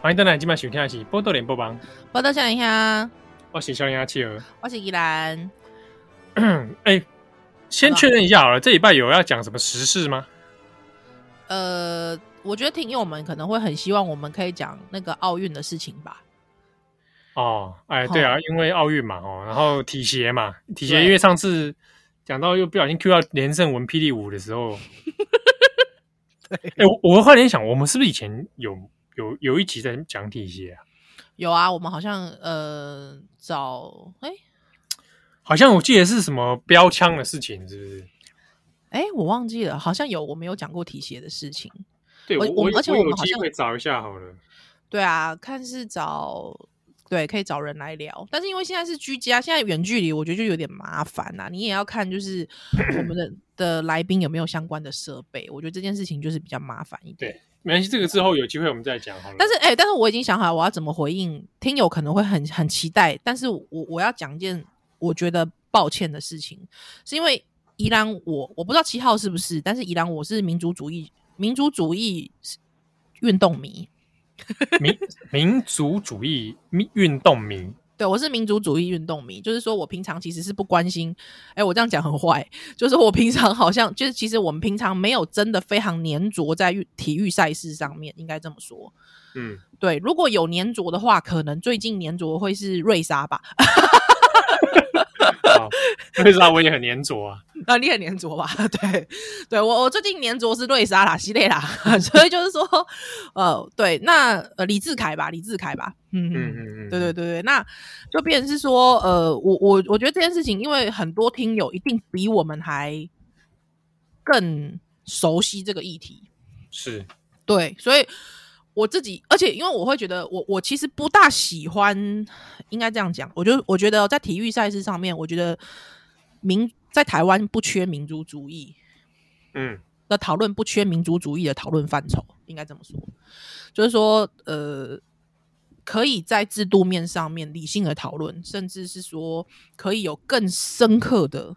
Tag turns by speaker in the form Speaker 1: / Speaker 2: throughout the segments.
Speaker 1: 欢迎登来，今晚收听的是《波多连播帮》，
Speaker 2: 我到小林香，
Speaker 1: 我是小林阿企鹅。
Speaker 2: 我是依兰。
Speaker 1: 哎、先确认一下好了，这礼拜有要讲什么时事吗？
Speaker 2: 呃，我觉得听友们可能会很希望我们可以讲那个奥运的事情吧。
Speaker 1: 哦，哎，
Speaker 2: 好
Speaker 1: 对啊，因为奥运嘛，哦，然后体协嘛，体协
Speaker 2: 对
Speaker 1: 因为上次讲到又不小心 Q 到连胜文霹雳舞的时 候，哎、我我忽然间想，我们是不是以前有有有一集在讲体协啊？
Speaker 2: 有啊，我们好像呃找哎
Speaker 1: 好像我记得是什么标枪的事情，是不是？
Speaker 2: 哎，我忘记了，好像有我们有讲过体协的事情。
Speaker 1: 对，
Speaker 2: 我
Speaker 1: 我
Speaker 2: 我们而且我
Speaker 1: 有
Speaker 2: 们好
Speaker 1: 机
Speaker 2: 像
Speaker 1: 会找一下好了。
Speaker 2: 对啊，看是找对可以找人来聊，但是因为现在是居家，现在远距离，我觉得就有点麻烦啊啦、你也要看就是我们的 的来宾有没有相关的设备，我觉得这件事情就是比较麻烦一点。
Speaker 1: 对没关系，这个之后有机会我们再讲好了。
Speaker 2: 但是哎、欸但是我已经想好我要怎么回应听友，可能会很很期待。但是我我要讲一件我觉得抱歉的事情，是因为宜兰我我不知道七号是不是，但是宜兰我是民族主义民族主义运动迷，
Speaker 1: 民民族主义民运动迷，
Speaker 2: 对我是民族主义运动迷，就是说我平常其实是不关心，哎，我这样讲很坏，就是我平常好像就是其实我们平常没有真的非常粘着在运体育赛事上面，应该这么说。
Speaker 1: 嗯，
Speaker 2: 对，如果有粘着的话，可能最近粘着会是瑞莎吧？
Speaker 1: 好，为啥我也很粘着啊？
Speaker 2: 啊，你很粘着吧？ 对，对我我最近粘着是瑞莎啦、希内啦， 所以就是说，呃，对，那呃李志凯吧，李志凯吧，嗯
Speaker 1: 嗯
Speaker 2: 嗯。
Speaker 1: 嗯嗯，
Speaker 2: 对对对对，那就变成是说，呃，我我我觉得这件事情，因为很多听友一定比我们还更熟悉这个议题，
Speaker 1: 是，
Speaker 2: 对，所以我自己，而且因为我会觉得我，我其实不大喜欢，应该这样讲，我就我觉得在体育赛事上面，我觉得民在台湾不缺民族主义
Speaker 1: 嗯
Speaker 2: 的讨论，不缺民族主义的讨论范畴，应该这么说，就是说，呃。可以在制度面上面理性的讨论，甚至是说可以有更深刻的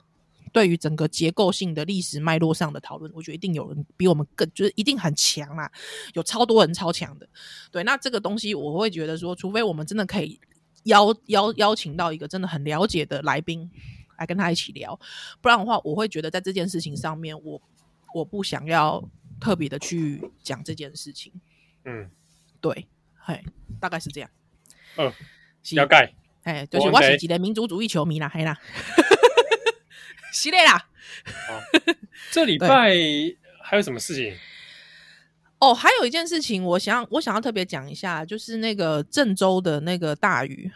Speaker 2: 对于整个结构性的历史脉络上的讨论，我觉得一定有人比我们更，就是一定很强啦。有超多人超强的。对，那这个东西我会觉得说，除非我们真的可以邀邀邀请到一个真的很了解的来宾来跟他一起聊，不然的话，我会觉得在这件事情上面，我我不想要特别的去讲这件事情。
Speaker 1: 嗯，
Speaker 2: 对，嘿，大概是这样。
Speaker 1: 嗯
Speaker 2: 是，
Speaker 1: 要盖，
Speaker 2: 哎，就是
Speaker 1: 我
Speaker 2: 我
Speaker 1: 们
Speaker 2: 是
Speaker 1: 得
Speaker 2: 几个民族主义球迷啦，嘿啦， 系列啦。
Speaker 1: 这礼拜还有什么事情？
Speaker 2: 哦，还有一件事情，我想我想要特别讲一下，就是那个郑州的那个大雨，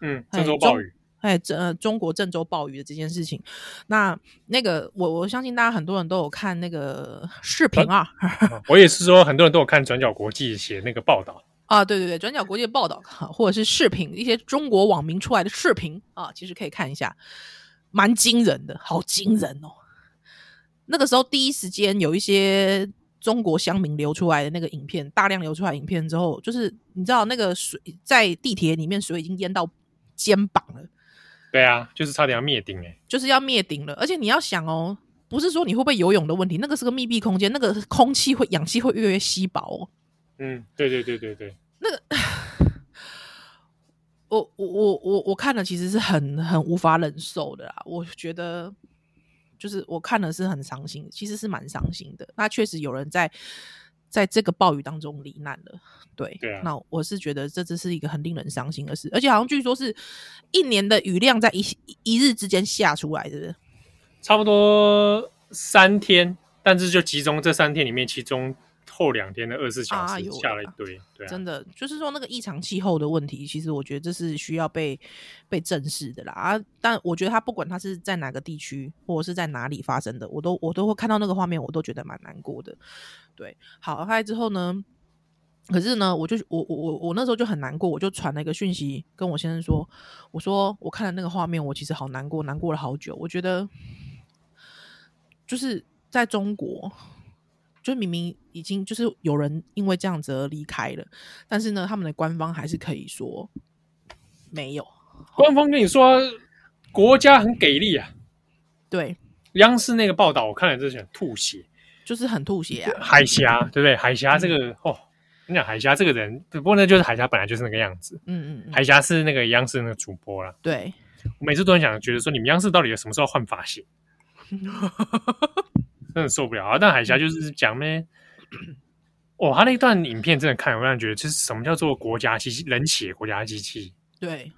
Speaker 1: 嗯，
Speaker 2: 哎
Speaker 1: 郑州暴雨，
Speaker 2: 哎，这、呃、中国郑州暴雨的这件事情，那那个我我相信大家很多人都有看那个视频啊
Speaker 1: 啊我也是说，很多人都有看转角国际写那个报道，
Speaker 2: 啊，对对对，转角国际的报道啊或者是视频，一些中国网民出来的视频啊，其实可以看一下，蛮惊人的，好惊人哦！那个时候第一时间有一些中国乡民流出来的那个影片，大量流出来影片之后，就是你知道那个水在地铁里面水已经淹到肩膀了。
Speaker 1: 对啊，就是差点要灭顶哎，
Speaker 2: 就是要灭顶了。而且你要想哦，不是说你会不会游泳的问题，那个是个密闭空间，那个空气会氧气会越来越稀薄哦。
Speaker 1: 嗯，对对对对对，
Speaker 2: 我我我我我看了其实是很很无法忍受的啦，我觉得就是我看了是很伤心，其实是蛮伤心的。那确实有人在在这个暴雨当中罹难了，对，
Speaker 1: 对啊
Speaker 2: 那我是觉得这只是一个很令人伤心的事，而且好像据说是一年的雨量在一一一日之间下出来，是不是？
Speaker 1: 差不多三天，但是就集中这三天里面，其中后两天的二十四小
Speaker 2: 哎
Speaker 1: 时
Speaker 2: 呦喂
Speaker 1: 下了一堆，对啊，
Speaker 2: 真的就是说那个异常气候的问题，其实我觉得这是需要被被正视的啦。啊，但我觉得他不管他是在哪个地区或者是在哪里发生的，我都我都会看到那个画面，我都觉得蛮难过的。对，好，后来之后呢，可是呢，我就我我我我那时候就很难过，我就传了一个讯息跟我先生说，我说我看了那个画面，我其实好难过，难过了好久。我觉得就是在中国，就明明已经就是有人因为这样子而离开了，但是呢，他们的官方还是可以说没有。
Speaker 1: 官方跟你说国家很给力啊，
Speaker 2: 对，
Speaker 1: 央视那个报道我看了之前吐血，
Speaker 2: 就是很吐血啊。
Speaker 1: 海峡对不对？海峡这个哦，你讲海峡这个人，只不过呢，就是海峡本来就是那个样子。
Speaker 2: 嗯嗯嗯，
Speaker 1: 海峡是那个央视那个主播啦，
Speaker 2: 对，
Speaker 1: 我每次都很想觉得说，你们央视到底有什么时候换发型？真的受不了啊！但海峡就是讲呢，哦，他那一段影片真的看了，我让人觉得，就是什么叫做国家机器，冷血国家机器，
Speaker 2: 对，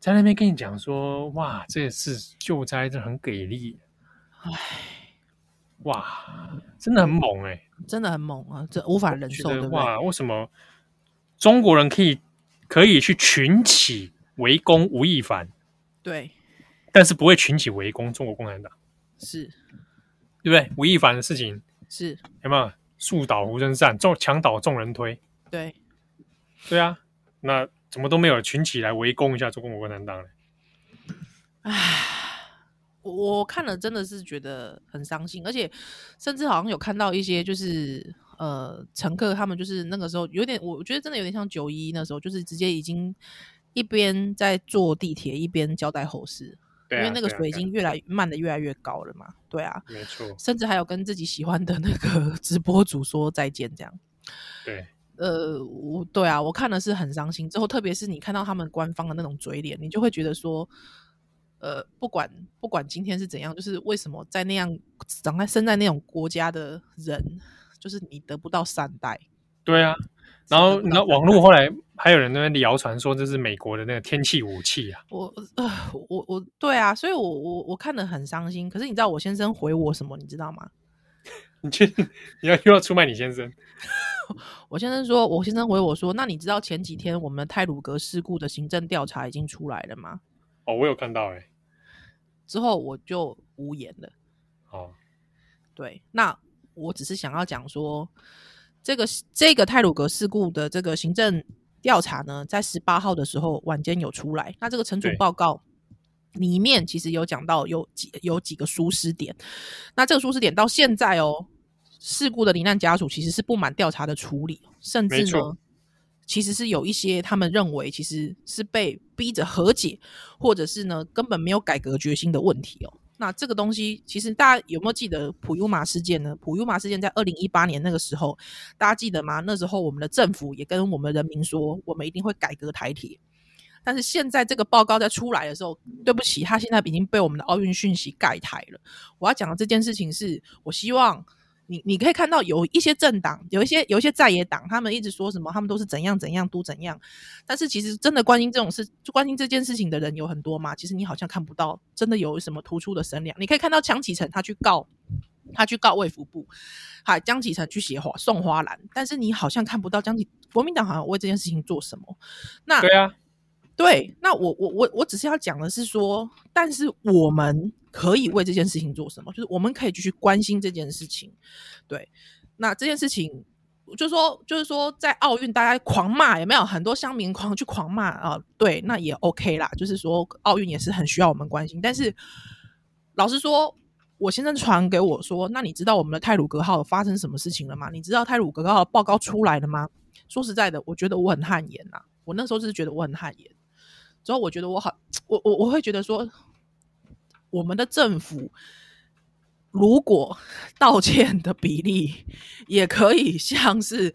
Speaker 1: 在那边跟你讲说，哇，这次救灾真的很给力，哇，真的很猛哎、
Speaker 2: 真的很猛啊，这无法忍
Speaker 1: 觉
Speaker 2: 受，对
Speaker 1: 得
Speaker 2: 不对？
Speaker 1: 哇，为什么中国人可以可以去群起围攻吴亦凡，
Speaker 2: 对，
Speaker 1: 但是不会群起围攻中国共产党，
Speaker 2: 是
Speaker 1: 对不对？吴亦凡的事情
Speaker 2: 是，
Speaker 1: 有没有树倒猢狲散，众墙倒众人推？
Speaker 2: 对，
Speaker 1: 对啊，那怎么都没有群起来围攻一下中国共产党呢？
Speaker 2: 唉，我我看了真的是觉得很伤心，而且甚至好像有看到一些就是呃乘客他们就是那个时候有点，我觉得真的有点像九一那时候，就是直接已经一边在坐地铁一边交代后事，
Speaker 1: 对啊，
Speaker 2: 因为那个
Speaker 1: 对啊
Speaker 2: 水已
Speaker 1: 对啊
Speaker 2: 经越来慢的越来越高了嘛，对啊，
Speaker 1: 没错，
Speaker 2: 甚至还有跟自己喜欢的那个 直播主说再见这样。
Speaker 1: 对，
Speaker 2: 呃，我对啊，我看的是很伤心。之后，特别是你看到他们官方的那种嘴脸，你就会觉得说，呃，不管不管今天是怎样，就是为什么在那样长在生在那种国家的人，就是你得不到善待。
Speaker 1: 对啊。然后，
Speaker 2: 是的
Speaker 1: 你知道网络后来还有人在那边谣传说这是美国的那个天气武器啊，
Speaker 2: 我呃，我我对啊，所以我我我看的很伤心。可是你知道我先生回我什么，你知道吗？
Speaker 1: 你去你要又要出卖你先生，
Speaker 2: 我先生说，我先生回我说，那你知道前几天我们泰鲁格事故的行政调查已经出来了吗？
Speaker 1: 哦，我有看到哎、
Speaker 2: 之后我就无言了。
Speaker 1: 哦，
Speaker 2: 对，那我只是想要讲说，这个这个泰鲁格事故的这个行政调查呢，在十八号的时候晚间有出来，那这个惩处
Speaker 1: 对
Speaker 2: 报告。里面其实有讲到有几有几个疏失点，那这个疏失点到现在哦，事故的罹难家属其实是不满调查的处理，甚
Speaker 1: 没
Speaker 2: 至呢
Speaker 1: 错，
Speaker 2: 其实是有一些他们认为其实是被逼着和解，或者是呢根本没有改革决心的问题哦。那这个东西，其实大家有没有记得普悠玛事件呢？普悠玛事件在二零一八年那个时候，大家记得吗？那时候我们的政府也跟我们人民说，我们一定会改革台铁。但是现在这个报告在出来的时候，对不起，它现在已经被我们的奥运讯息盖台了。我要讲的这件事情是，我希望你你可以看到有一些政党，有一些有一些在野党，他们一直说什么，他们都是怎样怎样都怎样，但是其实真的关心这种事，就关心这件事情的人有很多嘛。其实你好像看不到真的有什么突出的声量。你可以看到江启臣他去告。他去告卫福部，还江启臣去写花送花篮，但是你好像看不到江启国民党好像为这件事情做什么。那
Speaker 1: 对啊，
Speaker 2: 对，那我我我我只是要讲的是说，但是我们可以为这件事情做什么？就是我们可以继续关心这件事情。对，那这件事情，就是说就是说，在奥运大家狂骂有没有很多乡民狂去狂骂啊？对，那也 OK 啦。就是说，奥运也是很需要我们关心。但是老实说，我先生传给我说，那你知道我们的泰鲁格号发生什么事情了吗？你知道泰鲁格号的报告出来了吗？说实在的，我觉得我很汗颜啊呐、我那时候就是觉得我很汗颜，之后我觉得我好，我我我会觉得说，我们的政府如果道歉的比例也可以像是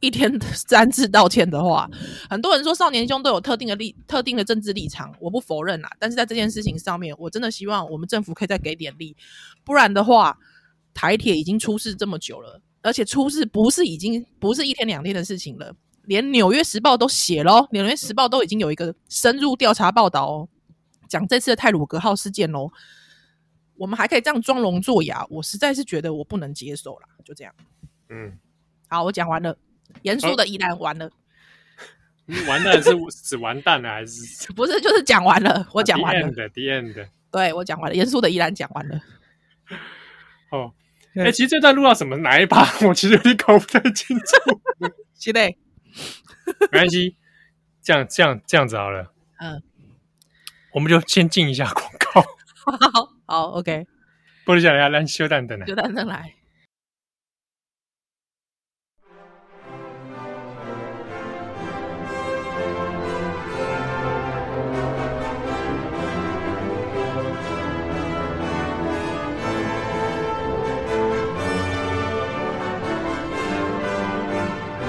Speaker 2: 一天三次道歉的话，很多人说少年兄都有特定的立特定的政治立场，我不否认啦。但是在这件事情上面，我真的希望我们政府可以再给点力，不然的话，台铁已经出事这么久了，而且出事不是已经不是一天两天的事情了，连《纽约时报》都写喽，《纽约时报》都已经有一个深入调查报道哦，讲这次的泰鲁格号事件喽。我们还可以这样装聋作哑，我实在是觉得我不能接受啦，就这样。
Speaker 1: 嗯，
Speaker 2: 好，我讲完了，严肃的依然完了，
Speaker 1: 你完蛋是只完蛋了还是？
Speaker 2: 不是就是讲完了，我讲完了，
Speaker 1: 的 the end 的
Speaker 2: 对我讲完了，严肃的依然讲完了。
Speaker 1: 哦。哎、
Speaker 2: 对
Speaker 1: 其实这段录到什么哪一把， 我其实有点搞不太清楚。
Speaker 2: 是嘞，
Speaker 1: 没关系，这样这样这样子好了，
Speaker 2: 嗯，
Speaker 1: 我们就先进一下广告。
Speaker 2: 好好，OK，
Speaker 1: 不如讲一下咱休蛋等来
Speaker 2: 就到这来。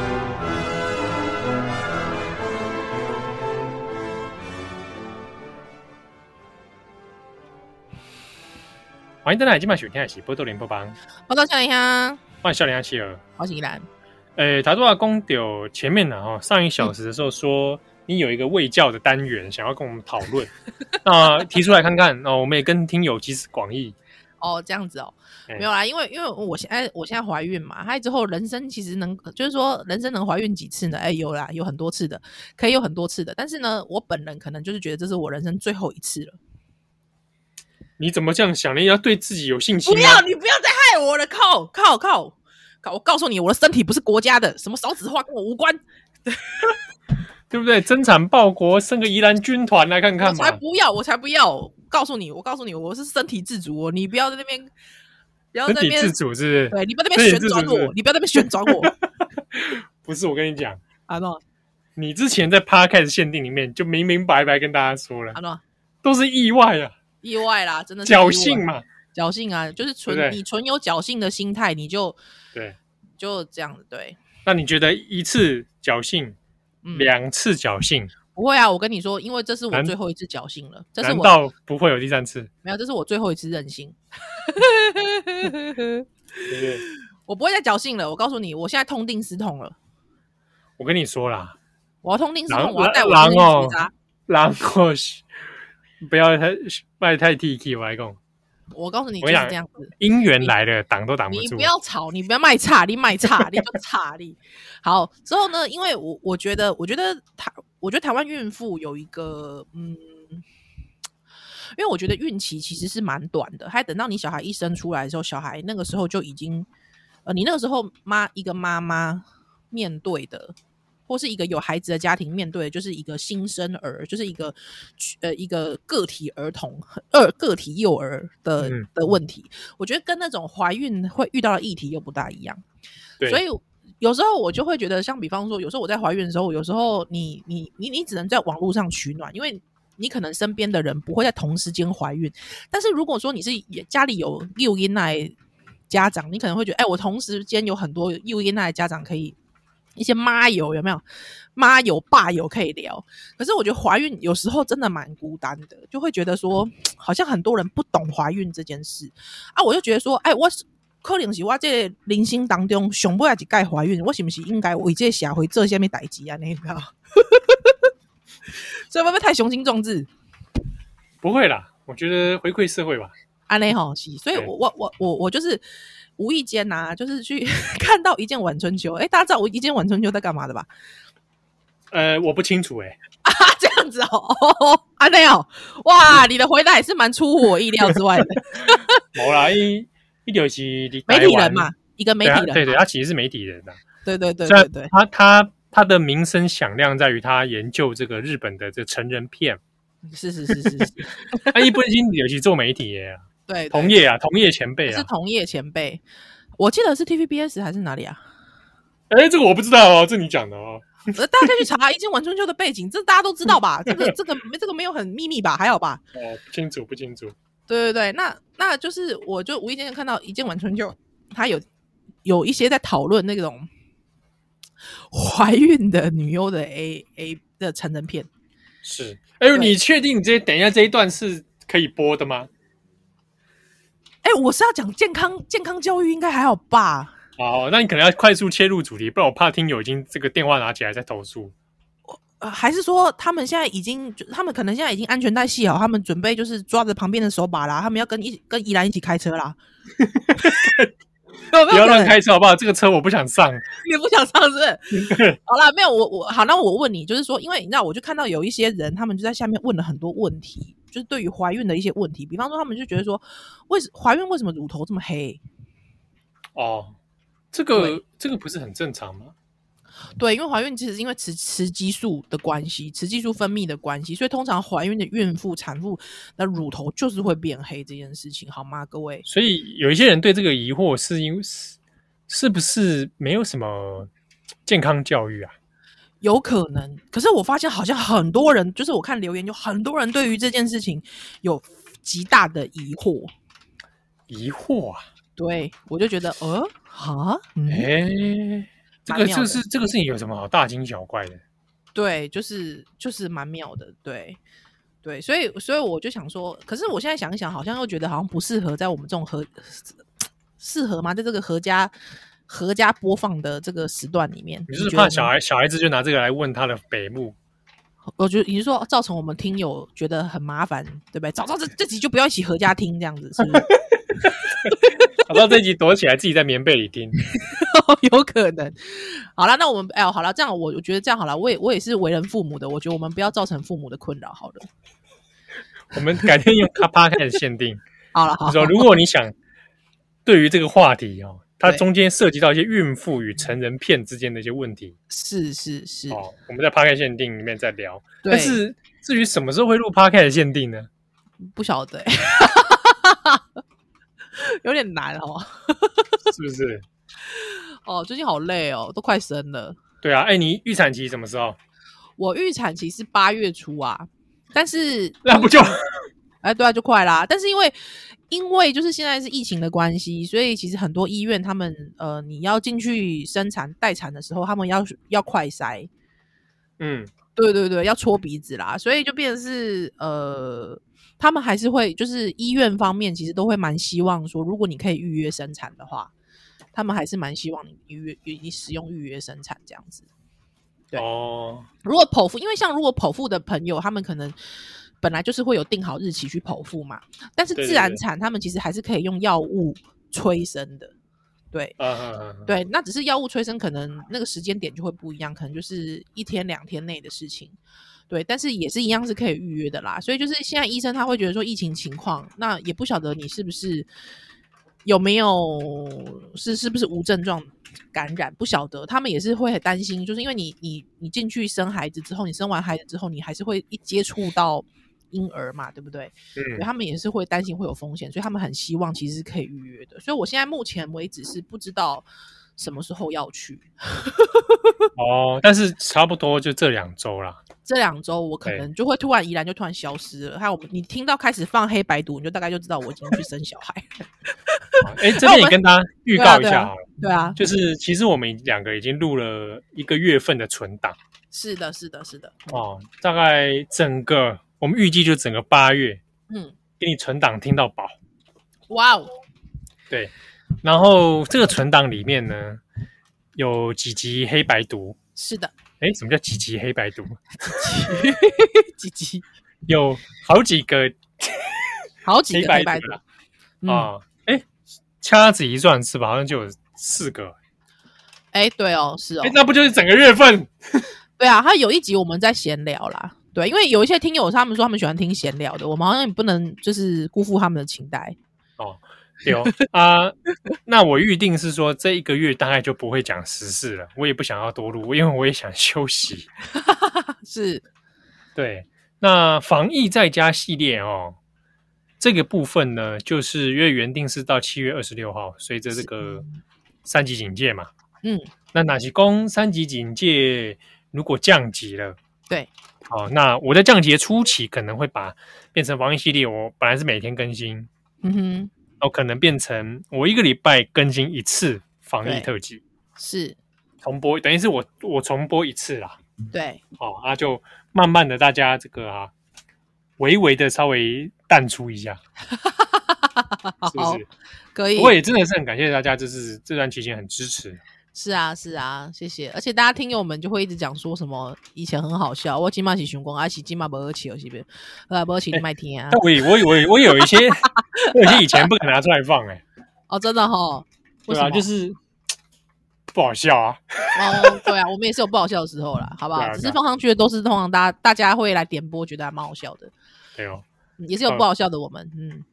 Speaker 3: 啊！
Speaker 1: 欢迎大家来今晚收听的是《波多连波邦》，
Speaker 2: 我到笑一下，
Speaker 1: 欢迎笑脸阿企鹅。
Speaker 2: 我是依兰。
Speaker 1: 诶，塔多阿公丢前面呢，哈，上一小时的时候说、
Speaker 2: 嗯
Speaker 1: 你有一个卫教的单元，想要跟我们讨论， 那提出来看看。哦那、我们也跟听友集思广益。
Speaker 2: 哦，这样子哦，
Speaker 1: 嗯
Speaker 2: 没有啦，因为因为我现在我现在怀孕嘛，还之后人生其实能就是说人生能怀孕几次呢？哎，有啦，有很多次的，可以有很多次的，但是呢，我本人可能就是觉得这是我人生最后一次了。
Speaker 1: 你怎么这样想呢？要对自己有信心啊
Speaker 2: 不
Speaker 1: 吗？
Speaker 2: 要，你不要再害我了，靠靠靠！靠我告诉你，我的身体不是国家的，什么少子化跟我无关。
Speaker 1: 对不对？增产报国，生个宜兰军团来看
Speaker 2: 我
Speaker 1: 看
Speaker 2: 才
Speaker 1: 嘛。
Speaker 2: 不要，我才不要！告诉你，我告诉你，我是身体自主哦，你不要在那边，不要
Speaker 1: 身
Speaker 2: 在那
Speaker 1: 体
Speaker 2: 边
Speaker 1: 自，主是不是？
Speaker 2: 对你不要在
Speaker 1: 身
Speaker 2: 那边
Speaker 1: 体
Speaker 2: 旋
Speaker 1: 自主
Speaker 2: 转
Speaker 1: 是
Speaker 2: 我，你不要在那边旋转我
Speaker 1: 不是，我跟你讲，
Speaker 2: 啊！诺
Speaker 1: 你之前在 podcast 限定里面就明明白白跟大家说了
Speaker 2: 啊，诺，
Speaker 1: 都是意外啊，
Speaker 2: 意外啦，真的是意外
Speaker 1: 侥幸嘛。
Speaker 2: 侥幸啊，就是存
Speaker 1: 对不对
Speaker 2: 你存有侥幸的心态，你就
Speaker 1: 对，
Speaker 2: 就这样子对。
Speaker 1: 那你觉得一次侥幸，
Speaker 2: 嗯，
Speaker 1: 两次侥幸，
Speaker 2: 不会啊！我跟你说，因为这是我
Speaker 1: 难
Speaker 2: 最后一次侥幸了，这是
Speaker 1: 难
Speaker 2: 我
Speaker 1: 道不会有第三次？
Speaker 2: 没有，这是我最后一次任性。
Speaker 1: 对不对？
Speaker 2: 我不会再侥幸了，我告诉你，我现在痛定思痛了，
Speaker 1: 我跟你说啦，
Speaker 2: 我要痛定思
Speaker 1: 狼
Speaker 2: 痛，我要带我
Speaker 1: 狼
Speaker 2: 自己
Speaker 1: 哦
Speaker 2: 结扎。
Speaker 1: 然后不要太卖太 T K，我来讲，
Speaker 2: 我告诉你，
Speaker 1: 我
Speaker 2: 就是
Speaker 1: 想
Speaker 2: 这样子。
Speaker 1: 姻缘来了，挡都挡不
Speaker 2: 你
Speaker 1: 住
Speaker 2: 不。要吵，你不要卖差，你卖差，你就差你。好，之后呢？因为我我觉得，我觉得台，我觉得台湾孕妇有一个，嗯，因为我觉得孕期其实是蛮短的，还等到你小孩一生出来的时候，小孩那个时候就已经，呃，你那个时候妈一个妈妈面对的。或是一个有孩子的家庭面对的就是一个新生儿，就是一个呃一个个体儿童、二个体幼儿的、
Speaker 1: 嗯
Speaker 2: 的问题。我觉得跟那种怀孕会遇到的议题又不大一样，
Speaker 1: 对，
Speaker 2: 所以有时候我就会觉得，像比方说，有时候我在怀孕的时候，有时候你你你你只能在网络上取暖，因为你可能身边的人不会在同时间怀孕，但是如果说你是也家里有幼婴奶家长，你可能会觉得，哎，我同时间有很多幼婴奶家长可以。一些妈友有没有？妈友、爸友可以聊，可是我觉得怀孕有时候真的蛮孤单的，就会觉得说，好像很多人不懂怀孕这件事。啊，我就觉得说，哎，我是可能是我这个人生当中上尾一届怀孕，我是不是应该为这个社会做些咩代志啊？ 你知道？所以会不会太雄心壮志？
Speaker 1: 不会啦。我觉得回馈社会吧，
Speaker 2: 安内吼是，所以
Speaker 1: 对
Speaker 2: 我我我我我就是无意间呐、就是去 看到一件晚春秋，哎、大家知道我一件晚春秋在干嘛的吧？
Speaker 1: 呃，我不清楚哎、
Speaker 2: 啊，这样子哦，哦安内哦，哇，你的回答也是蛮出乎我意料之 外的，
Speaker 1: 某啦一一流是
Speaker 2: 媒
Speaker 1: 台
Speaker 2: 体
Speaker 1: 湾
Speaker 2: 人嘛，，一个媒
Speaker 1: 对
Speaker 2: 体
Speaker 1: 啊
Speaker 2: 人嘛，
Speaker 1: 对对，他其实是媒体人的、
Speaker 2: 对对对
Speaker 1: 虽
Speaker 2: 对
Speaker 1: 然
Speaker 2: 对，
Speaker 1: 他他他的名声响亮在于他研究这个日本的这成人片，
Speaker 2: 是是是是是，
Speaker 1: 他一不心有其做媒体耶、
Speaker 2: 对，对
Speaker 1: 同业啊，同业前辈
Speaker 2: 是
Speaker 1: 啊。
Speaker 2: 同业前辈，我记得是 TVBS 还是哪里啊？
Speaker 1: 哎、这个我不知道哦，这你讲的哦。
Speaker 2: 呃，大家去查《一见晚春秋》的背景，这大家都知道吧？这个这个这个没有很秘密吧？还好吧？
Speaker 1: 哦，不清楚不清楚。
Speaker 2: 对对对，那那就是我就无意间看到《一见晚春秋》，他有有一些在讨论那种怀孕的女优的 A A 的成人片，
Speaker 1: 是，哎呦，
Speaker 2: 对
Speaker 1: 你确定你这等一下这一段是可以播的吗？
Speaker 2: 哎，我是要讲健康健康教育，应该还好吧？
Speaker 1: 好，那你可能要快速切入主题，不然我怕听友已经这个电话拿起来在投诉。
Speaker 2: 呃，还是说他们现在已经，就他们可能现在已经安全带系好，他们准备就是抓着旁边的手把啦，他们要跟一跟宜兰一起开车 啦。
Speaker 1: 不
Speaker 2: 不哦
Speaker 1: 要乱，开车好不好？这个车我不想上。
Speaker 2: 你不想上是不是？好啦，没有我我好，那我问你，就是说，因为你知道，我就看到有一些人，他们就在下面问了很多问题，就是对于怀孕的一些问题，比方说他们就觉得说，为什怀孕为什么乳头这么黑？
Speaker 1: 哦，这个这个不是很正常吗？
Speaker 2: 对，因为怀孕其实是因为雌雌激素的关系，雌激素分泌的关系，所以通常怀孕的孕妇、产妇的乳头就是会变黑这件事情，好吗，各位？
Speaker 1: 所以有一些人对这个疑惑是因为是是不是没有什么健康教育啊？
Speaker 2: 有可能，可是我发现好像很多人，就是我看留言，有很多人对于这件事情有极大的疑惑。
Speaker 1: 疑惑啊？
Speaker 2: 对我就觉得，呃，哈，嗯，
Speaker 1: 哎、这
Speaker 2: 蛮
Speaker 1: 个
Speaker 2: 妙
Speaker 1: 这
Speaker 2: 的
Speaker 1: 个是这个事情有什么好大惊小怪的？
Speaker 2: 对，就是就是蛮妙的，对。对，所以所以我就想说，可是我现在想一想，好像又觉得好像不适合在我们这种合适合吗？在这个合家合家播放的这个时段里面，
Speaker 1: 你是
Speaker 2: 觉
Speaker 1: 怕
Speaker 2: 得
Speaker 1: 小
Speaker 2: 呢？
Speaker 1: 孩小孩子就拿这个来问他的北木？
Speaker 2: 我觉得你是说造成我们听友觉得很麻烦，对不对？早知道这这集就不要一起合家听这样子，是不 是？
Speaker 1: 搞到这一集躲起来，自己在棉被里听。
Speaker 2: 有可能。好了，那我们哎呦，好了，这样我我觉得这样好了，我也我也是为人父母的，我觉得我们不要造成父母的困扰，好了。
Speaker 1: 我们改天用咔啪开始限定，
Speaker 2: 好了，好
Speaker 1: 就说如果你想对于这个话题哦，它中间涉及到一些孕妇与成人片之间的一些问题
Speaker 2: 是是是，
Speaker 1: 哦，我们在 p a 限定里面再聊。
Speaker 2: 对，
Speaker 1: 但是至于什么时候会录 p a 限定 呢？
Speaker 2: 不晓得、欸 有点难哦。
Speaker 1: 是不是？
Speaker 2: 哦，最近好累哦，都快生了。
Speaker 1: 对啊，哎，你预产期什么时候？
Speaker 2: 我预产期是八月初啊，但是
Speaker 1: 那不就
Speaker 2: 哎，对啊，就快啦。但是因为因为就是现在是疫情的关系，所以其实很多医院他们呃，你要进去生产待产的时候，他们要要快筛，
Speaker 1: 嗯，
Speaker 2: 对对对，要戳鼻子啦，所以就变成是呃，他们还是会就是医院方面其实都会蛮希望说，如果你可以预约生产的话，他们还是蛮希望你预约你你使用预约生产这样子。对
Speaker 1: 哦，
Speaker 2: 如果剖腹，因为像如果剖腹的朋友，他们可能本来就是会有定好日期去剖腹嘛，但是
Speaker 1: 对对
Speaker 2: 自然
Speaker 1: 对
Speaker 2: 产他们其实还是可以用药物催生的，对。
Speaker 1: 啊啊啊，啊，
Speaker 2: 对，那只是药物催生，可能那个时间点就会不一样，可能就是一天两天内的事情。对，但是也是一样是可以预约的啦。所以就是现在医生他会觉得说疫情情况，那也不晓得你是不是有没有是是不是无症状感染，不晓得他们也是会很担心，就是因为你你你进去生孩子之后，你生完孩子之后，你还是会一接触到婴儿嘛，对不对？对
Speaker 1: 嗯，
Speaker 2: 他们也是会担心会有风险，所以他们很希望其实是可以预约的。所以我现在目前为止是不知道什么时候要去。
Speaker 1: 哦，但是差不多就这两周啦。
Speaker 2: 这两周我可
Speaker 1: 对
Speaker 2: 能就会突然依然就突然消失了。还有我你听到开始放黑白读，你就大概就知道我已经去生小孩。
Speaker 1: 哎，这边也跟大家预告一
Speaker 2: 对啊
Speaker 1: 下
Speaker 2: 啊
Speaker 1: 好了。
Speaker 2: 对啊，
Speaker 1: 就是其实我们两个已经录了一个月份的存档
Speaker 2: 是的，是的，是的，
Speaker 1: 哦，大概整个我们预计就整个八月
Speaker 2: 嗯，
Speaker 1: 给你存档听到饱。
Speaker 2: 哇哦，
Speaker 1: 对，然后这个存档里面呢有几集黑白读，
Speaker 2: 是的，
Speaker 1: 哎，什么叫几集黑白读？
Speaker 2: 几集，
Speaker 1: 有好几个
Speaker 2: 好几
Speaker 1: 黑
Speaker 2: 个
Speaker 1: 白啊
Speaker 2: 黑白
Speaker 1: 读
Speaker 2: 读
Speaker 1: 啦
Speaker 2: 嗯，
Speaker 1: 啊，哎、掐指一算是吧，好像就有四个，
Speaker 2: 哎、对哦，是哦
Speaker 1: 哎、，那不就是整个月份？
Speaker 2: 对啊，他有一集我们在闲聊啦。对，因为有一些听友他们说他们喜欢听闲聊的，我们好像也不能就是辜负他们的期待。
Speaker 1: 对哦啊，那我预定是说这一个月大概就不会讲时事了，我也不想要多录，因为我也想休息。
Speaker 2: 是
Speaker 1: 对，那防疫在家系列哦，这个部分呢，就是因为原定是到七月二十六号，随着这个三级警戒嘛，
Speaker 2: 嗯，
Speaker 1: 那哪些公三级警戒如果降级了，
Speaker 2: 对，
Speaker 1: 好、那我在降级的初期可能会把变成防疫系列，我本来是每天更新，
Speaker 2: 嗯哼，
Speaker 1: 然后可能变成我一个礼拜更新一次防疫
Speaker 2: 对
Speaker 1: 特辑，
Speaker 2: 是
Speaker 1: 重播，等于是我我重播一次啦。
Speaker 2: 对，
Speaker 1: 哦，那就慢慢的大家这个啊，微微的稍微淡出一下，是不
Speaker 2: 好
Speaker 1: 是？
Speaker 2: 可以
Speaker 1: 不，过也真的是很感谢大家，就是这段期间很支持。
Speaker 2: 是啊是啊，谢谢。而且大家听友们就会一直讲说什么以前很好笑，我今晚是熊光，而且今晚不二七，是不是？呃，不二七你麦听啊
Speaker 1: 但？我也我也我也我也有一些，我有一些以前不敢拿出来放哎、
Speaker 2: 哦，真的哈，为
Speaker 1: 对
Speaker 2: 什
Speaker 1: 啊，
Speaker 2: 么？
Speaker 1: 就是不好笑啊。
Speaker 2: 哦，对啊，我们也是有不好笑的时候啦，好不
Speaker 1: 对
Speaker 2: 好？
Speaker 1: 啊
Speaker 2: 只
Speaker 1: 对
Speaker 2: 是
Speaker 1: 啊
Speaker 2: 放上去的都是通常大家大家会来点播，觉得还蛮好笑的，
Speaker 1: 对哦，
Speaker 2: 嗯也是有不好笑的我们，嗯。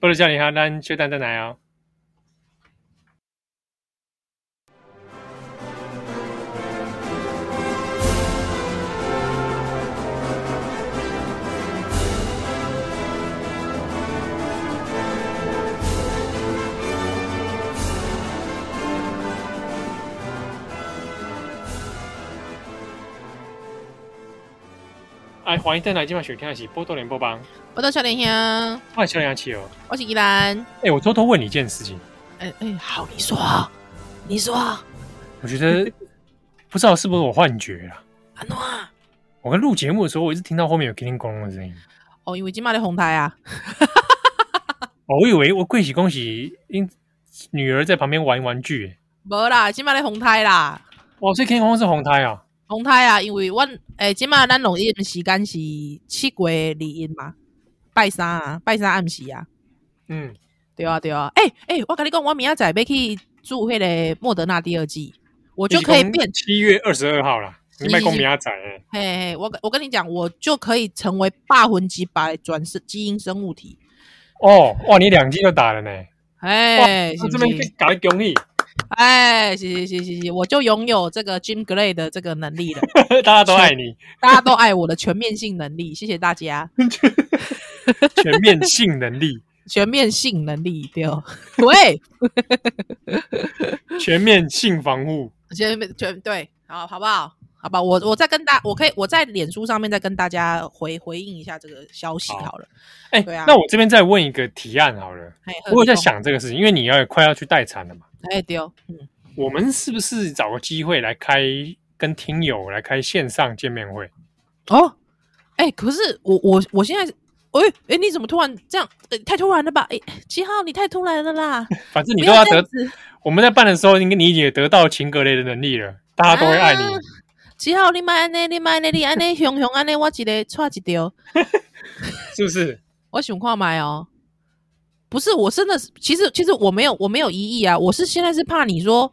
Speaker 1: 不如叫你哈，咱就蛋蛋来啊。哎，欢迎登来今晚收听的是《波多连播帮》，
Speaker 2: 我到小莲香，
Speaker 1: 我是小梁企鹅。
Speaker 2: 我是依兰。
Speaker 1: 哎、我偷偷问你一件事情，
Speaker 2: 哎哎，好，你说，你说，
Speaker 1: 我觉得不知道是不是我幻觉啊？
Speaker 2: 安诺啊，
Speaker 1: 我跟录节目的时候，我一直听到后面有叮叮咣咣的声音。
Speaker 2: 哦，因为今嘛在红台啊，
Speaker 1: 哦，我以为我恭喜恭喜，因女儿在旁边玩玩具耶，
Speaker 2: 无啦，今嘛在红台啦，
Speaker 1: 哦，所以 King Kong 是红胎啊，
Speaker 2: 红台啊，因为阮诶，今嘛咱录音的时间是七月二一嘛，拜三啊，拜三暗时啊，
Speaker 1: 嗯，
Speaker 2: 对啊对啊，诶、诶、我跟你讲，我明仔载要去住迄个莫德纳第二季，我就可以变
Speaker 1: 七月二十二号啦，你卖公米亚仔哎，
Speaker 2: 嘿嘿，我跟我跟你讲，我就可以成为霸魂几百转世基因生物体。
Speaker 1: 哦，哇，你两季就打了呢，
Speaker 2: 哎，
Speaker 1: 那
Speaker 2: 是
Speaker 1: 这
Speaker 2: 不
Speaker 1: 边
Speaker 2: 是？
Speaker 1: 搞恭喜，
Speaker 2: 哎，是是是是是，我就拥有这个 Jim Gray 的这个能力了，
Speaker 1: 大家都爱你，
Speaker 2: 大家都爱我的全面性能力，谢谢大家，
Speaker 1: 全面性能力，
Speaker 2: 全面性能力对哦， 喂，
Speaker 1: 全面性防护，
Speaker 2: 全面全对，好好不好？好吧，我我再跟大，我可以我在脸书上面再跟大家回回应一下这个消息
Speaker 1: 好
Speaker 2: 好了。
Speaker 1: 哎、
Speaker 2: 对啊
Speaker 1: 那我这边再问一个提案好了，
Speaker 2: 哎，
Speaker 1: 我有在想这个事情，因为你要快要去待产了嘛，
Speaker 2: 哎对哦，嗯，
Speaker 1: 我们是不是找个机会来开跟听友来开线上见面会？
Speaker 2: 哦，哎、可是我我我现在，哎、哎、你怎么突然这样？呃太突然了吧？哎、七号你太突然了啦！
Speaker 1: 反 正你
Speaker 2: 不
Speaker 1: 都要
Speaker 2: 这样
Speaker 1: 得，
Speaker 2: 子，
Speaker 1: 我们在办的时候，应该你也得到情格类的能力了，大家都会爱你。
Speaker 2: 啊七号你买安尼，你买安尼，你安尼熊熊安尼，我一个错一条，
Speaker 1: 是不是？
Speaker 2: 我想看买哦。不是，我真的是，其实其实我没有我没有异议啊，我是现在是怕你说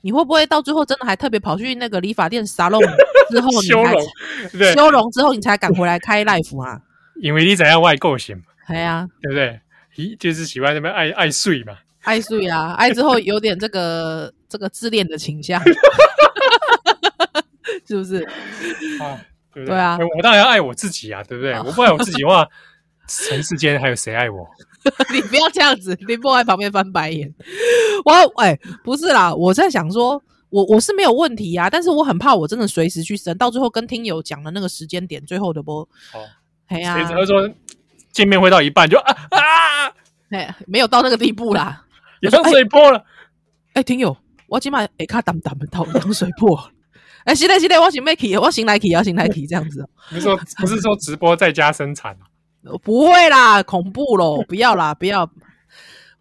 Speaker 2: 你会不会到最后真的还特别跑去那个理发店 沙龙之后，哦你
Speaker 1: 修
Speaker 2: 才
Speaker 1: 容，对，
Speaker 2: 修容之后你才敢回来开 life 啊？
Speaker 1: 因为你怎样外购型嘛，
Speaker 2: 哎呀、
Speaker 1: 对不对？咦，就是喜欢那边爱爱睡嘛，
Speaker 2: 爱睡啊，爱之后有点这个这个自恋的倾向， 是不是？
Speaker 1: 啊，对不对？
Speaker 2: 对啊
Speaker 1: 哎我当然要爱我自己啊，对不对？我不爱我自己的话，尘世间还有谁爱我？
Speaker 2: 你不要这样子，林波在旁边翻白眼。我哎、不是啦，我在想说，我我是没有问题啊，但是我很怕我真的随时去生，到最后跟听友讲的那个时间点，最后的波，
Speaker 1: 哦，
Speaker 2: 哎呀、
Speaker 1: 谁只会说见面会到一半就啊啊，
Speaker 2: 哎，没有到那个地步啦。
Speaker 1: 有上水波了，
Speaker 2: 哎、听友，我今晚哎卡淡淡的到羊水破了。哎，现在现在我醒来起，我醒来起，我醒来起，这样子哦、
Speaker 1: 不是说不是说直播在家生产啊
Speaker 2: 不会啦，恐怖咯，不要啦，不要。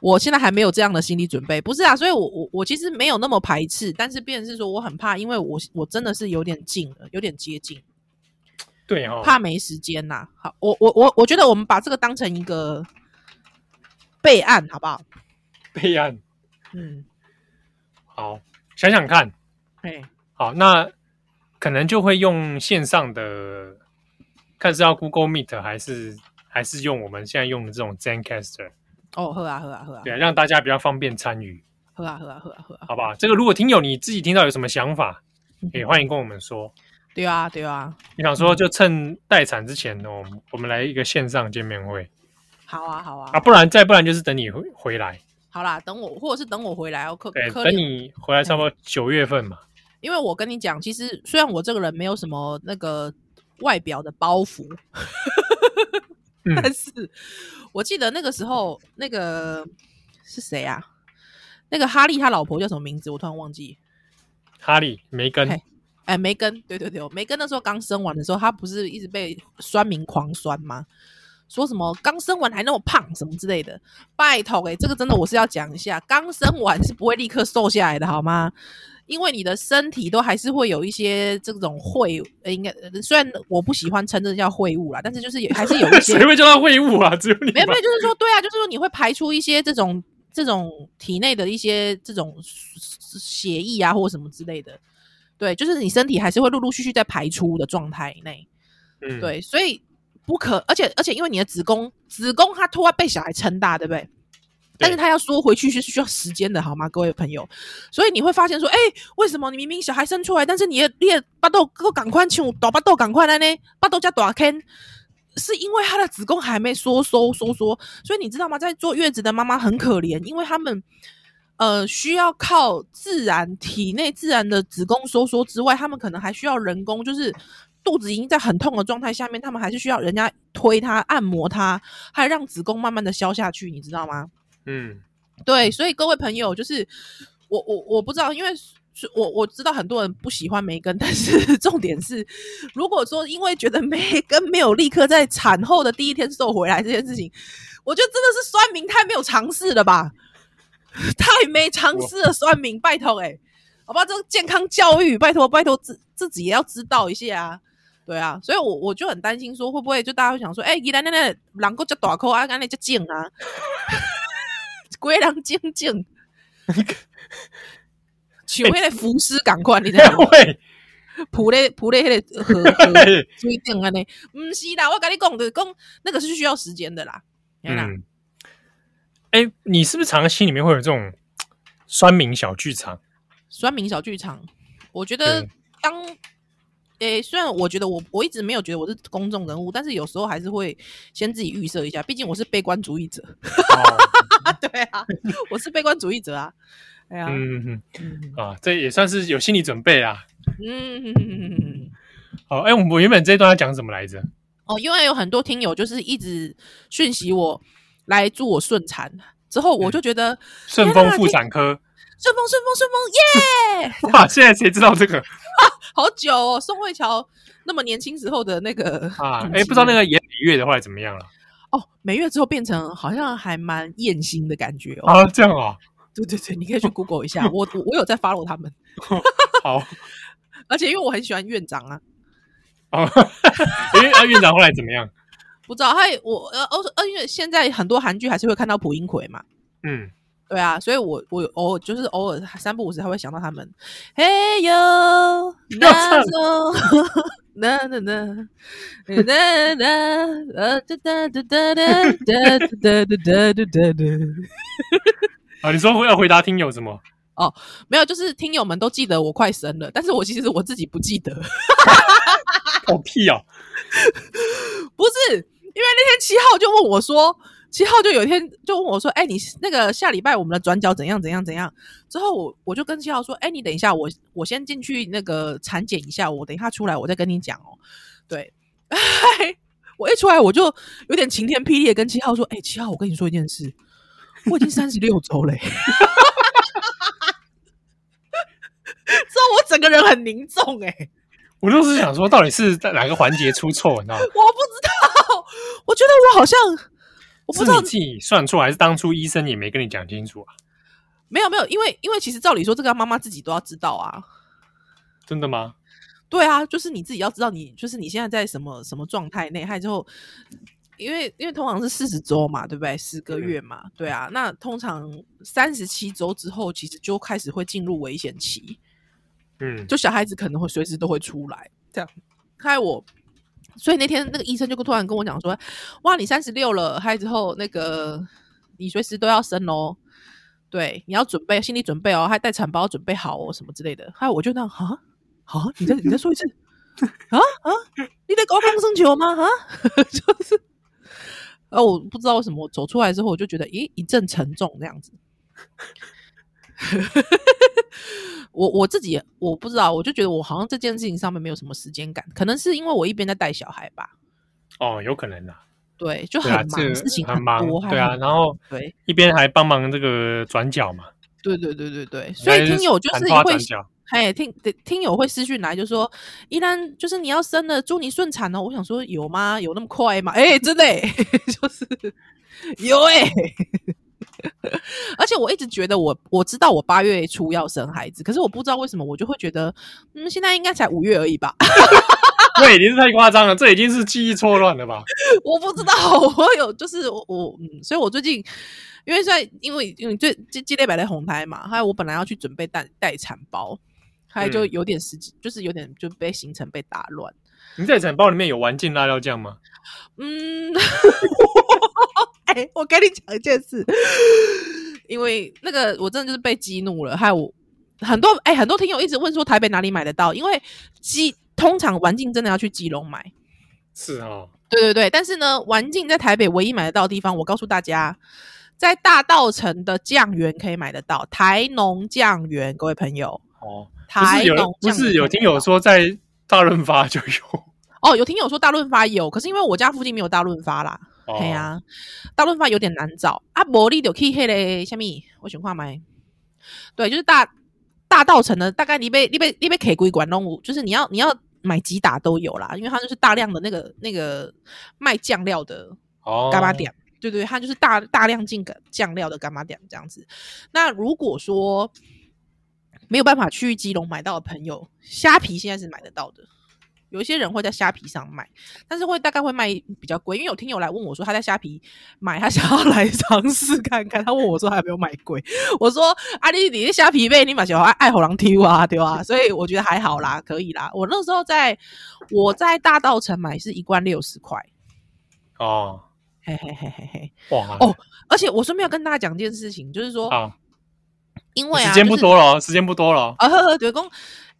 Speaker 2: 我现在还没有这样的心理准备，不是啊，所以我我我其实没有那么排斥，但是变成是说我很怕，因为我我真的是有点近了，有点接近，
Speaker 1: 对哦，
Speaker 2: 怕没时间呐、好，我我我我觉得我们把这个当成一个备案，好不好？
Speaker 1: 备案。
Speaker 2: 嗯，
Speaker 1: 好，想想看，
Speaker 2: 哎，
Speaker 1: 好，那可能就会用线上的，看是要 Google Meet 还是还是用我们现在用的这种 ZenCaster，
Speaker 2: 哦，喝啊喝啊喝啊
Speaker 1: 对啊，让大家比较方便参与，
Speaker 2: 喝啊喝啊喝啊喝啊，
Speaker 1: 好不好？这个如果听友你自己听到有什么想法，
Speaker 2: 嗯
Speaker 1: 也欢迎跟我们说。
Speaker 2: 对啊对啊，
Speaker 1: 你想说就趁待产之前呢，我们我们来一个线上见面会
Speaker 2: 好啊好
Speaker 1: 啊，
Speaker 2: 啊，
Speaker 1: 不然再不然就是等你回回来，
Speaker 2: 好啦，等我或者是等我回来，我哦可
Speaker 1: 对，
Speaker 2: 可
Speaker 1: 等你回来差不多九月份嘛，
Speaker 2: 因为我跟你讲，其实虽然我这个人没有什么那个外表的包袱，
Speaker 1: 嗯
Speaker 2: 但是我记得那个时候，那个是谁啊？那个哈利他老婆叫什么名字？我突然忘记。
Speaker 1: 哈利梅根
Speaker 2: 嘿哎，梅根，对对对，梅根那时候刚生完的时候，她不是一直被酸民狂酸吗？说什么刚生完还那么胖什么之类的，拜托哎、这个真的我是要讲一下，刚生完是不会立刻瘦下来的好吗？因为你的身体都还是会有一些这种秽，呃应该呃虽然我不喜欢称这叫秽物啦，但是就是也还是 有一些
Speaker 1: 谁会叫他会晤啊？只有你
Speaker 2: 没有
Speaker 1: 吧
Speaker 2: 没有，就是说，对啊，就是说你会排出一些这种这种体内的一些这种血液啊，或什么之类的。对，就是你身体还是会陆陆续续在排出的状态内。
Speaker 1: 嗯，
Speaker 2: 对，所以不可，而且而且因为你的子宫子宫它突然被小孩撑大，对不对？但是它要缩回去是需要时间的，好吗，各位朋友？所以你会发现说，哎、为什么你明明小孩生出来，但是你的你的巴豆够赶快请大巴豆赶快来呢？巴豆加短 can，是因为她的子宫还没收收收缩，所以你知道吗？在坐月子的妈妈很可怜，因为他们呃需要靠自然体内自然的子宫收缩之外，他们可能还需要人工，就是肚子已经在很痛的状态下面，他们还是需要人家推她、按摩她，还让子宫慢慢的消下去，你知道吗？
Speaker 1: 嗯，
Speaker 2: 对，所以各位朋友，就是我我我不知道，因为所以我我知道很多人不喜欢梅根，但是 重点是，如果说因为觉得梅根没有立刻在产后的第一天瘦回来这件事情，我觉得真的是酸民太没有尝试了吧，太没尝试了，酸民，拜托哎、好吧，这个健康教育，拜托拜托，自自己也要知道一下啊。对啊，所以我我就很担心，说会不会就大家会想说，哎、宜兰那那狼够叫大口啊，安那叫静啊， 鬼狼静静， 求那个浮尸赶快， 你知道吗？
Speaker 1: 喂
Speaker 2: 扑咧扑咧那个河河
Speaker 1: 喂，
Speaker 2: 水顶安尼，唔啊嗯是啦，我跟你讲的，讲那个是需要时间的啦。嗯啦，
Speaker 1: 嗯，哎，你是不是常常心里面会有这种酸民小剧 场？
Speaker 2: 酸民小剧场，我觉得
Speaker 1: 对
Speaker 2: 当诶、虽然我觉得我我一直没有觉得我是公众人物，但是有时候还是会先自己预设一下，毕竟我是悲观主义 者。
Speaker 1: 哦
Speaker 2: 啊，对啊，我是悲观主义者啊。哎呀，
Speaker 1: 嗯嗯
Speaker 2: 嗯
Speaker 1: 嗯啊，这也算是有心理准备啊。
Speaker 2: 嗯，
Speaker 1: 好，哎，我们原本这一段要讲什么来着？
Speaker 2: 哦，因为有很多听友就是一直讯息我来祝我顺产，之后我就觉
Speaker 1: 嗯
Speaker 2: 得
Speaker 1: 顺
Speaker 2: 天
Speaker 1: 丰
Speaker 2: 哪
Speaker 1: 妇产科。
Speaker 2: 顺风顺风顺风耶
Speaker 1: 哇，现在谁知道这个
Speaker 2: 好久哦，宋慧乔那么年轻时候的那个
Speaker 1: 啊？
Speaker 2: 印
Speaker 1: 哎，
Speaker 2: 记
Speaker 1: 不知道那个严美月的后来怎么样了？
Speaker 2: 哦，每月之后变成好像还蛮艳星的感觉哦。
Speaker 1: 啊，哦这样哦，
Speaker 2: 对对对，你可以去 Google 一下，我我我有在 follow 他们，
Speaker 1: 好
Speaker 2: 而且因为我很喜欢院长啊，
Speaker 1: 哦。哎，啊院长后来怎么样？
Speaker 2: 不知道他也我呃哦呃，因为现在很多韩剧还是会看到蒲英奎嘛，
Speaker 1: 嗯，
Speaker 2: 对啊，所以我我有偶尔就是偶尔三不五时还会想到他们。嘿哟，
Speaker 1: 不要唱
Speaker 2: 那种 那那那那那那呃哒哒哒哒哒哒哒哒哒哒哒哒。
Speaker 1: 啊，你说要回答听友什么？
Speaker 2: 没有，就是听友们都记得我快生了，但是我其实我自己不记得，
Speaker 1: 哦屁哦，
Speaker 2: 不是因为那天七号就问我说。七号就有一天就问我说：“哎、你那个下礼拜我们的转角怎样怎样怎样？”之后我我就跟七号说：“哎、你等一下，我我先进去那个产检一下，我等一下出来我再跟你讲哦。”对， 我一出来我就有点晴天霹雳，跟七号说：“哎、七号，我跟你说一件事，我已经三十六周 嘞。”之后我整个人很凝重、哎，
Speaker 1: 我就是想说，到底是在哪个环节出错，你知道吗？
Speaker 2: 我不知道，我觉得我好像我不
Speaker 1: 是
Speaker 2: 知道
Speaker 1: 你，自己算错，还是当初医生也没跟你讲清楚啊？
Speaker 2: 没有没有，因为因为其实照理说，这个妈妈自己都要知道啊。
Speaker 1: 真的吗？
Speaker 2: 对啊，就是你自己要知道你，就是你现在在什么什么状态内，还之后，因为因为通常是四十周嘛，对不对？十个月嘛，对啊。那通常三十七周之后，其实就开始会进入危险期，
Speaker 1: 嗯，
Speaker 2: 就小孩子可能会随时都会出来。这样，害我，所以那天那个医生就突然跟我讲说：“哇，你三十六了，还之后那个你随时都要生哦，对，你要准备心理准备哦，还带产包准备好哦，什么之类的。”还有我就那样啊啊，你再你再说一次啊啊，你在搞放生球吗？啊， 就是。呃，我不知道为什么我走出来之后，我就觉得，咦，一阵沉重这样子。我我自己也我不知道，我就觉得我好像这件事情上面没有什么时间感，可能是因为我一边在带小孩吧。
Speaker 1: 哦，有可能啊，
Speaker 2: 对，就
Speaker 1: 对
Speaker 2: 很
Speaker 1: 啊，
Speaker 2: 忙，
Speaker 1: 这
Speaker 2: 事情
Speaker 1: 个很忙
Speaker 2: 多，，还
Speaker 1: 对啊，
Speaker 2: 很
Speaker 1: 然后
Speaker 2: 对
Speaker 1: 一边还帮忙这个转角嘛，
Speaker 2: 对对对对对，所以听友就
Speaker 1: 砍
Speaker 2: 是
Speaker 1: 花
Speaker 2: 会
Speaker 1: 转，角，
Speaker 2: 哎，听听友会私讯来就说，依然就是你要生了，祝你顺产哦。我想说有吗？有那么快吗？哎、真的、欸， 就是有哎、 而且我一直觉得我我知道我八月初要生孩子，可是我不知道为什么我就会觉得，嗯，现在应该才五月而已吧。
Speaker 1: 对，你是太夸张了，这已经是记忆错乱了吧？
Speaker 2: 我不知道， 我有就是我我嗯，所以我最近因为在因为因为最这这类摆在红台嘛，还有我本来要去准备待待产包，还有就
Speaker 1: 嗯
Speaker 2: 有点时机，就是有点就被行程被打乱。
Speaker 1: 你在整包里面有玩进辣椒酱吗？
Speaker 2: 嗯，哎、我跟你讲一件事，因为那个我真的就是被激怒了，还有我很多哎、很多听友一直问说台北哪里买得到，因为基通常玩境真的要去基隆买。
Speaker 1: 是哦，
Speaker 2: 对对对，但是呢，玩境在台北唯一买得到的地方，我告诉大家，在大道城的酱园可以买得到台农酱园，各位朋友，
Speaker 1: 哦，不
Speaker 2: 台
Speaker 1: 是有
Speaker 2: 农
Speaker 1: 不
Speaker 2: 酱园
Speaker 1: 是有听
Speaker 2: 可以
Speaker 1: 友
Speaker 2: 买得
Speaker 1: 说在大润发就有，
Speaker 2: 到哦，有听友说大润发有，可是因为我家附近没有大润发啦，
Speaker 1: 哦
Speaker 2: 对、啊，大润发有点难找啊，无你就去迄个虾米，我想看买，对，就是大大道城的大概你被你被你被 K 归管弄物，就是你要你要买几打都有啦，因为它就是大量的那个那个卖酱料的
Speaker 1: 哦，
Speaker 2: 干巴点，对对，它就是大大量进个酱料的干巴点这样子。那如果说没有办法去基隆买到的朋友，虾皮现在是买得到的。有一些人会在虾皮上卖，但是会大概会卖比较贵，因为有听友来问我说他在虾皮买，他想要 来尝试看看。他问我说他有没有买贵，我说啊你你虾皮被你买小孩爱好狼踢啊，对吧、所以我觉得还好啦，可以啦。我那时候在我在大道城买是一罐六十块，
Speaker 1: 哦，
Speaker 2: 嘿嘿嘿嘿嘿。
Speaker 1: 哇
Speaker 2: 哦而且我顺便要跟大家讲一件事情，就是说，
Speaker 1: 好，
Speaker 2: 因为啊，
Speaker 1: 时间不
Speaker 2: 就是
Speaker 1: 多了哦，时间不多了哦，
Speaker 2: 啊，呵呵，对公，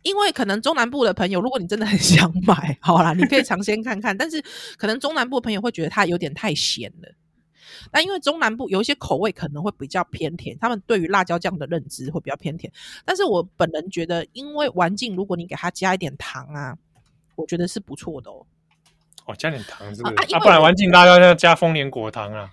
Speaker 2: 因为可能中南部的朋友，如果你真的很想买，好啦，你可以尝鲜看看。但是可能中南部的朋友会觉得它有点太咸了。那因为中南部有一些口味可能会比较偏甜，他们对于辣椒酱的认知会比较偏甜。但是我本人觉得，因为环境，如果你给它加一点糖啊，我觉得是不错的哦。
Speaker 1: 哦，加点糖是不
Speaker 2: 啊
Speaker 1: 是
Speaker 2: 啊因？为
Speaker 1: 啊，不然玩进大家要加丰年果糖啊。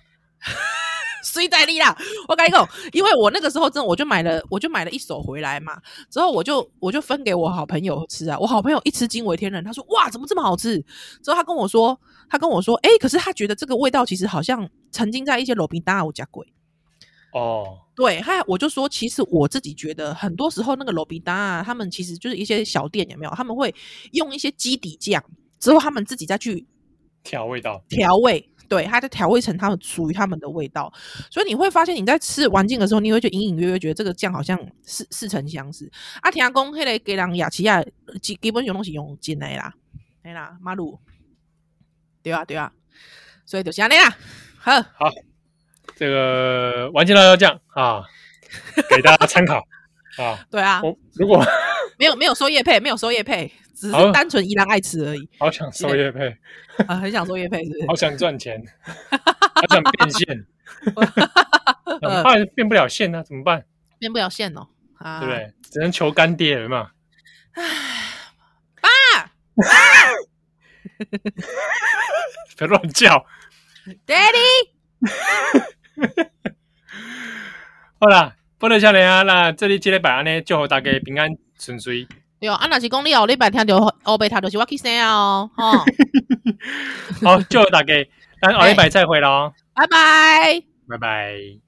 Speaker 2: 谁在力啦？我跟你讲，因为我那个时候真的我就买了，我就买了一手回来嘛，之后我就我就分给我好朋友吃啊。我好朋友一吃惊为天人，他说哇，怎么这么好吃？之后他跟我说，他跟我说，哎、可是他觉得这个味道其实好像曾经在一些楼饼大我加过。
Speaker 1: 哦，
Speaker 2: 对，还我就说，其实我自己觉得，很多时候那个罗比达啊，他们其实就是一些小店有没有？他们会用一些基底酱，之后他们自己再去
Speaker 1: 调味道
Speaker 2: 调味，对，它就调味成他们属于他们的味道，所以你会发现你在吃完境的时候，你会就隐隐约约觉得这个酱好像似似曾相识。啊，听讲迄个给人雅琪亚啊基基本上拢是用进来啦，哎啦，马路，对啊对啊，所以就是安尼啦，好，
Speaker 1: 这个玩进辣椒酱啊，给大家参考啊。
Speaker 2: 对啊，
Speaker 1: 我如果
Speaker 2: 没有没有收叶配，没有收叶配，只
Speaker 1: 好
Speaker 2: 是单纯依然爱吃而已
Speaker 1: 好想收业配，
Speaker 2: 啊，很想收叶配是不是？
Speaker 1: 好想赚钱， 好想变现，怎么办？变不了现啊呢，怎么办？
Speaker 2: 变不了线哦，啊，
Speaker 1: 对不对？只能求干爹了嘛。不要乱叫。
Speaker 2: ？Daddy，
Speaker 1: 好啦，不能笑脸啊！那这里这礼拜呢，祝福大家平安顺遂。
Speaker 2: 对哦，啊，若是讲你后礼拜听到后贝他就是我去生哦，吼。
Speaker 1: 好，祝福大家，咱下礼拜再会喽，
Speaker 2: 拜拜。
Speaker 1: 拜拜。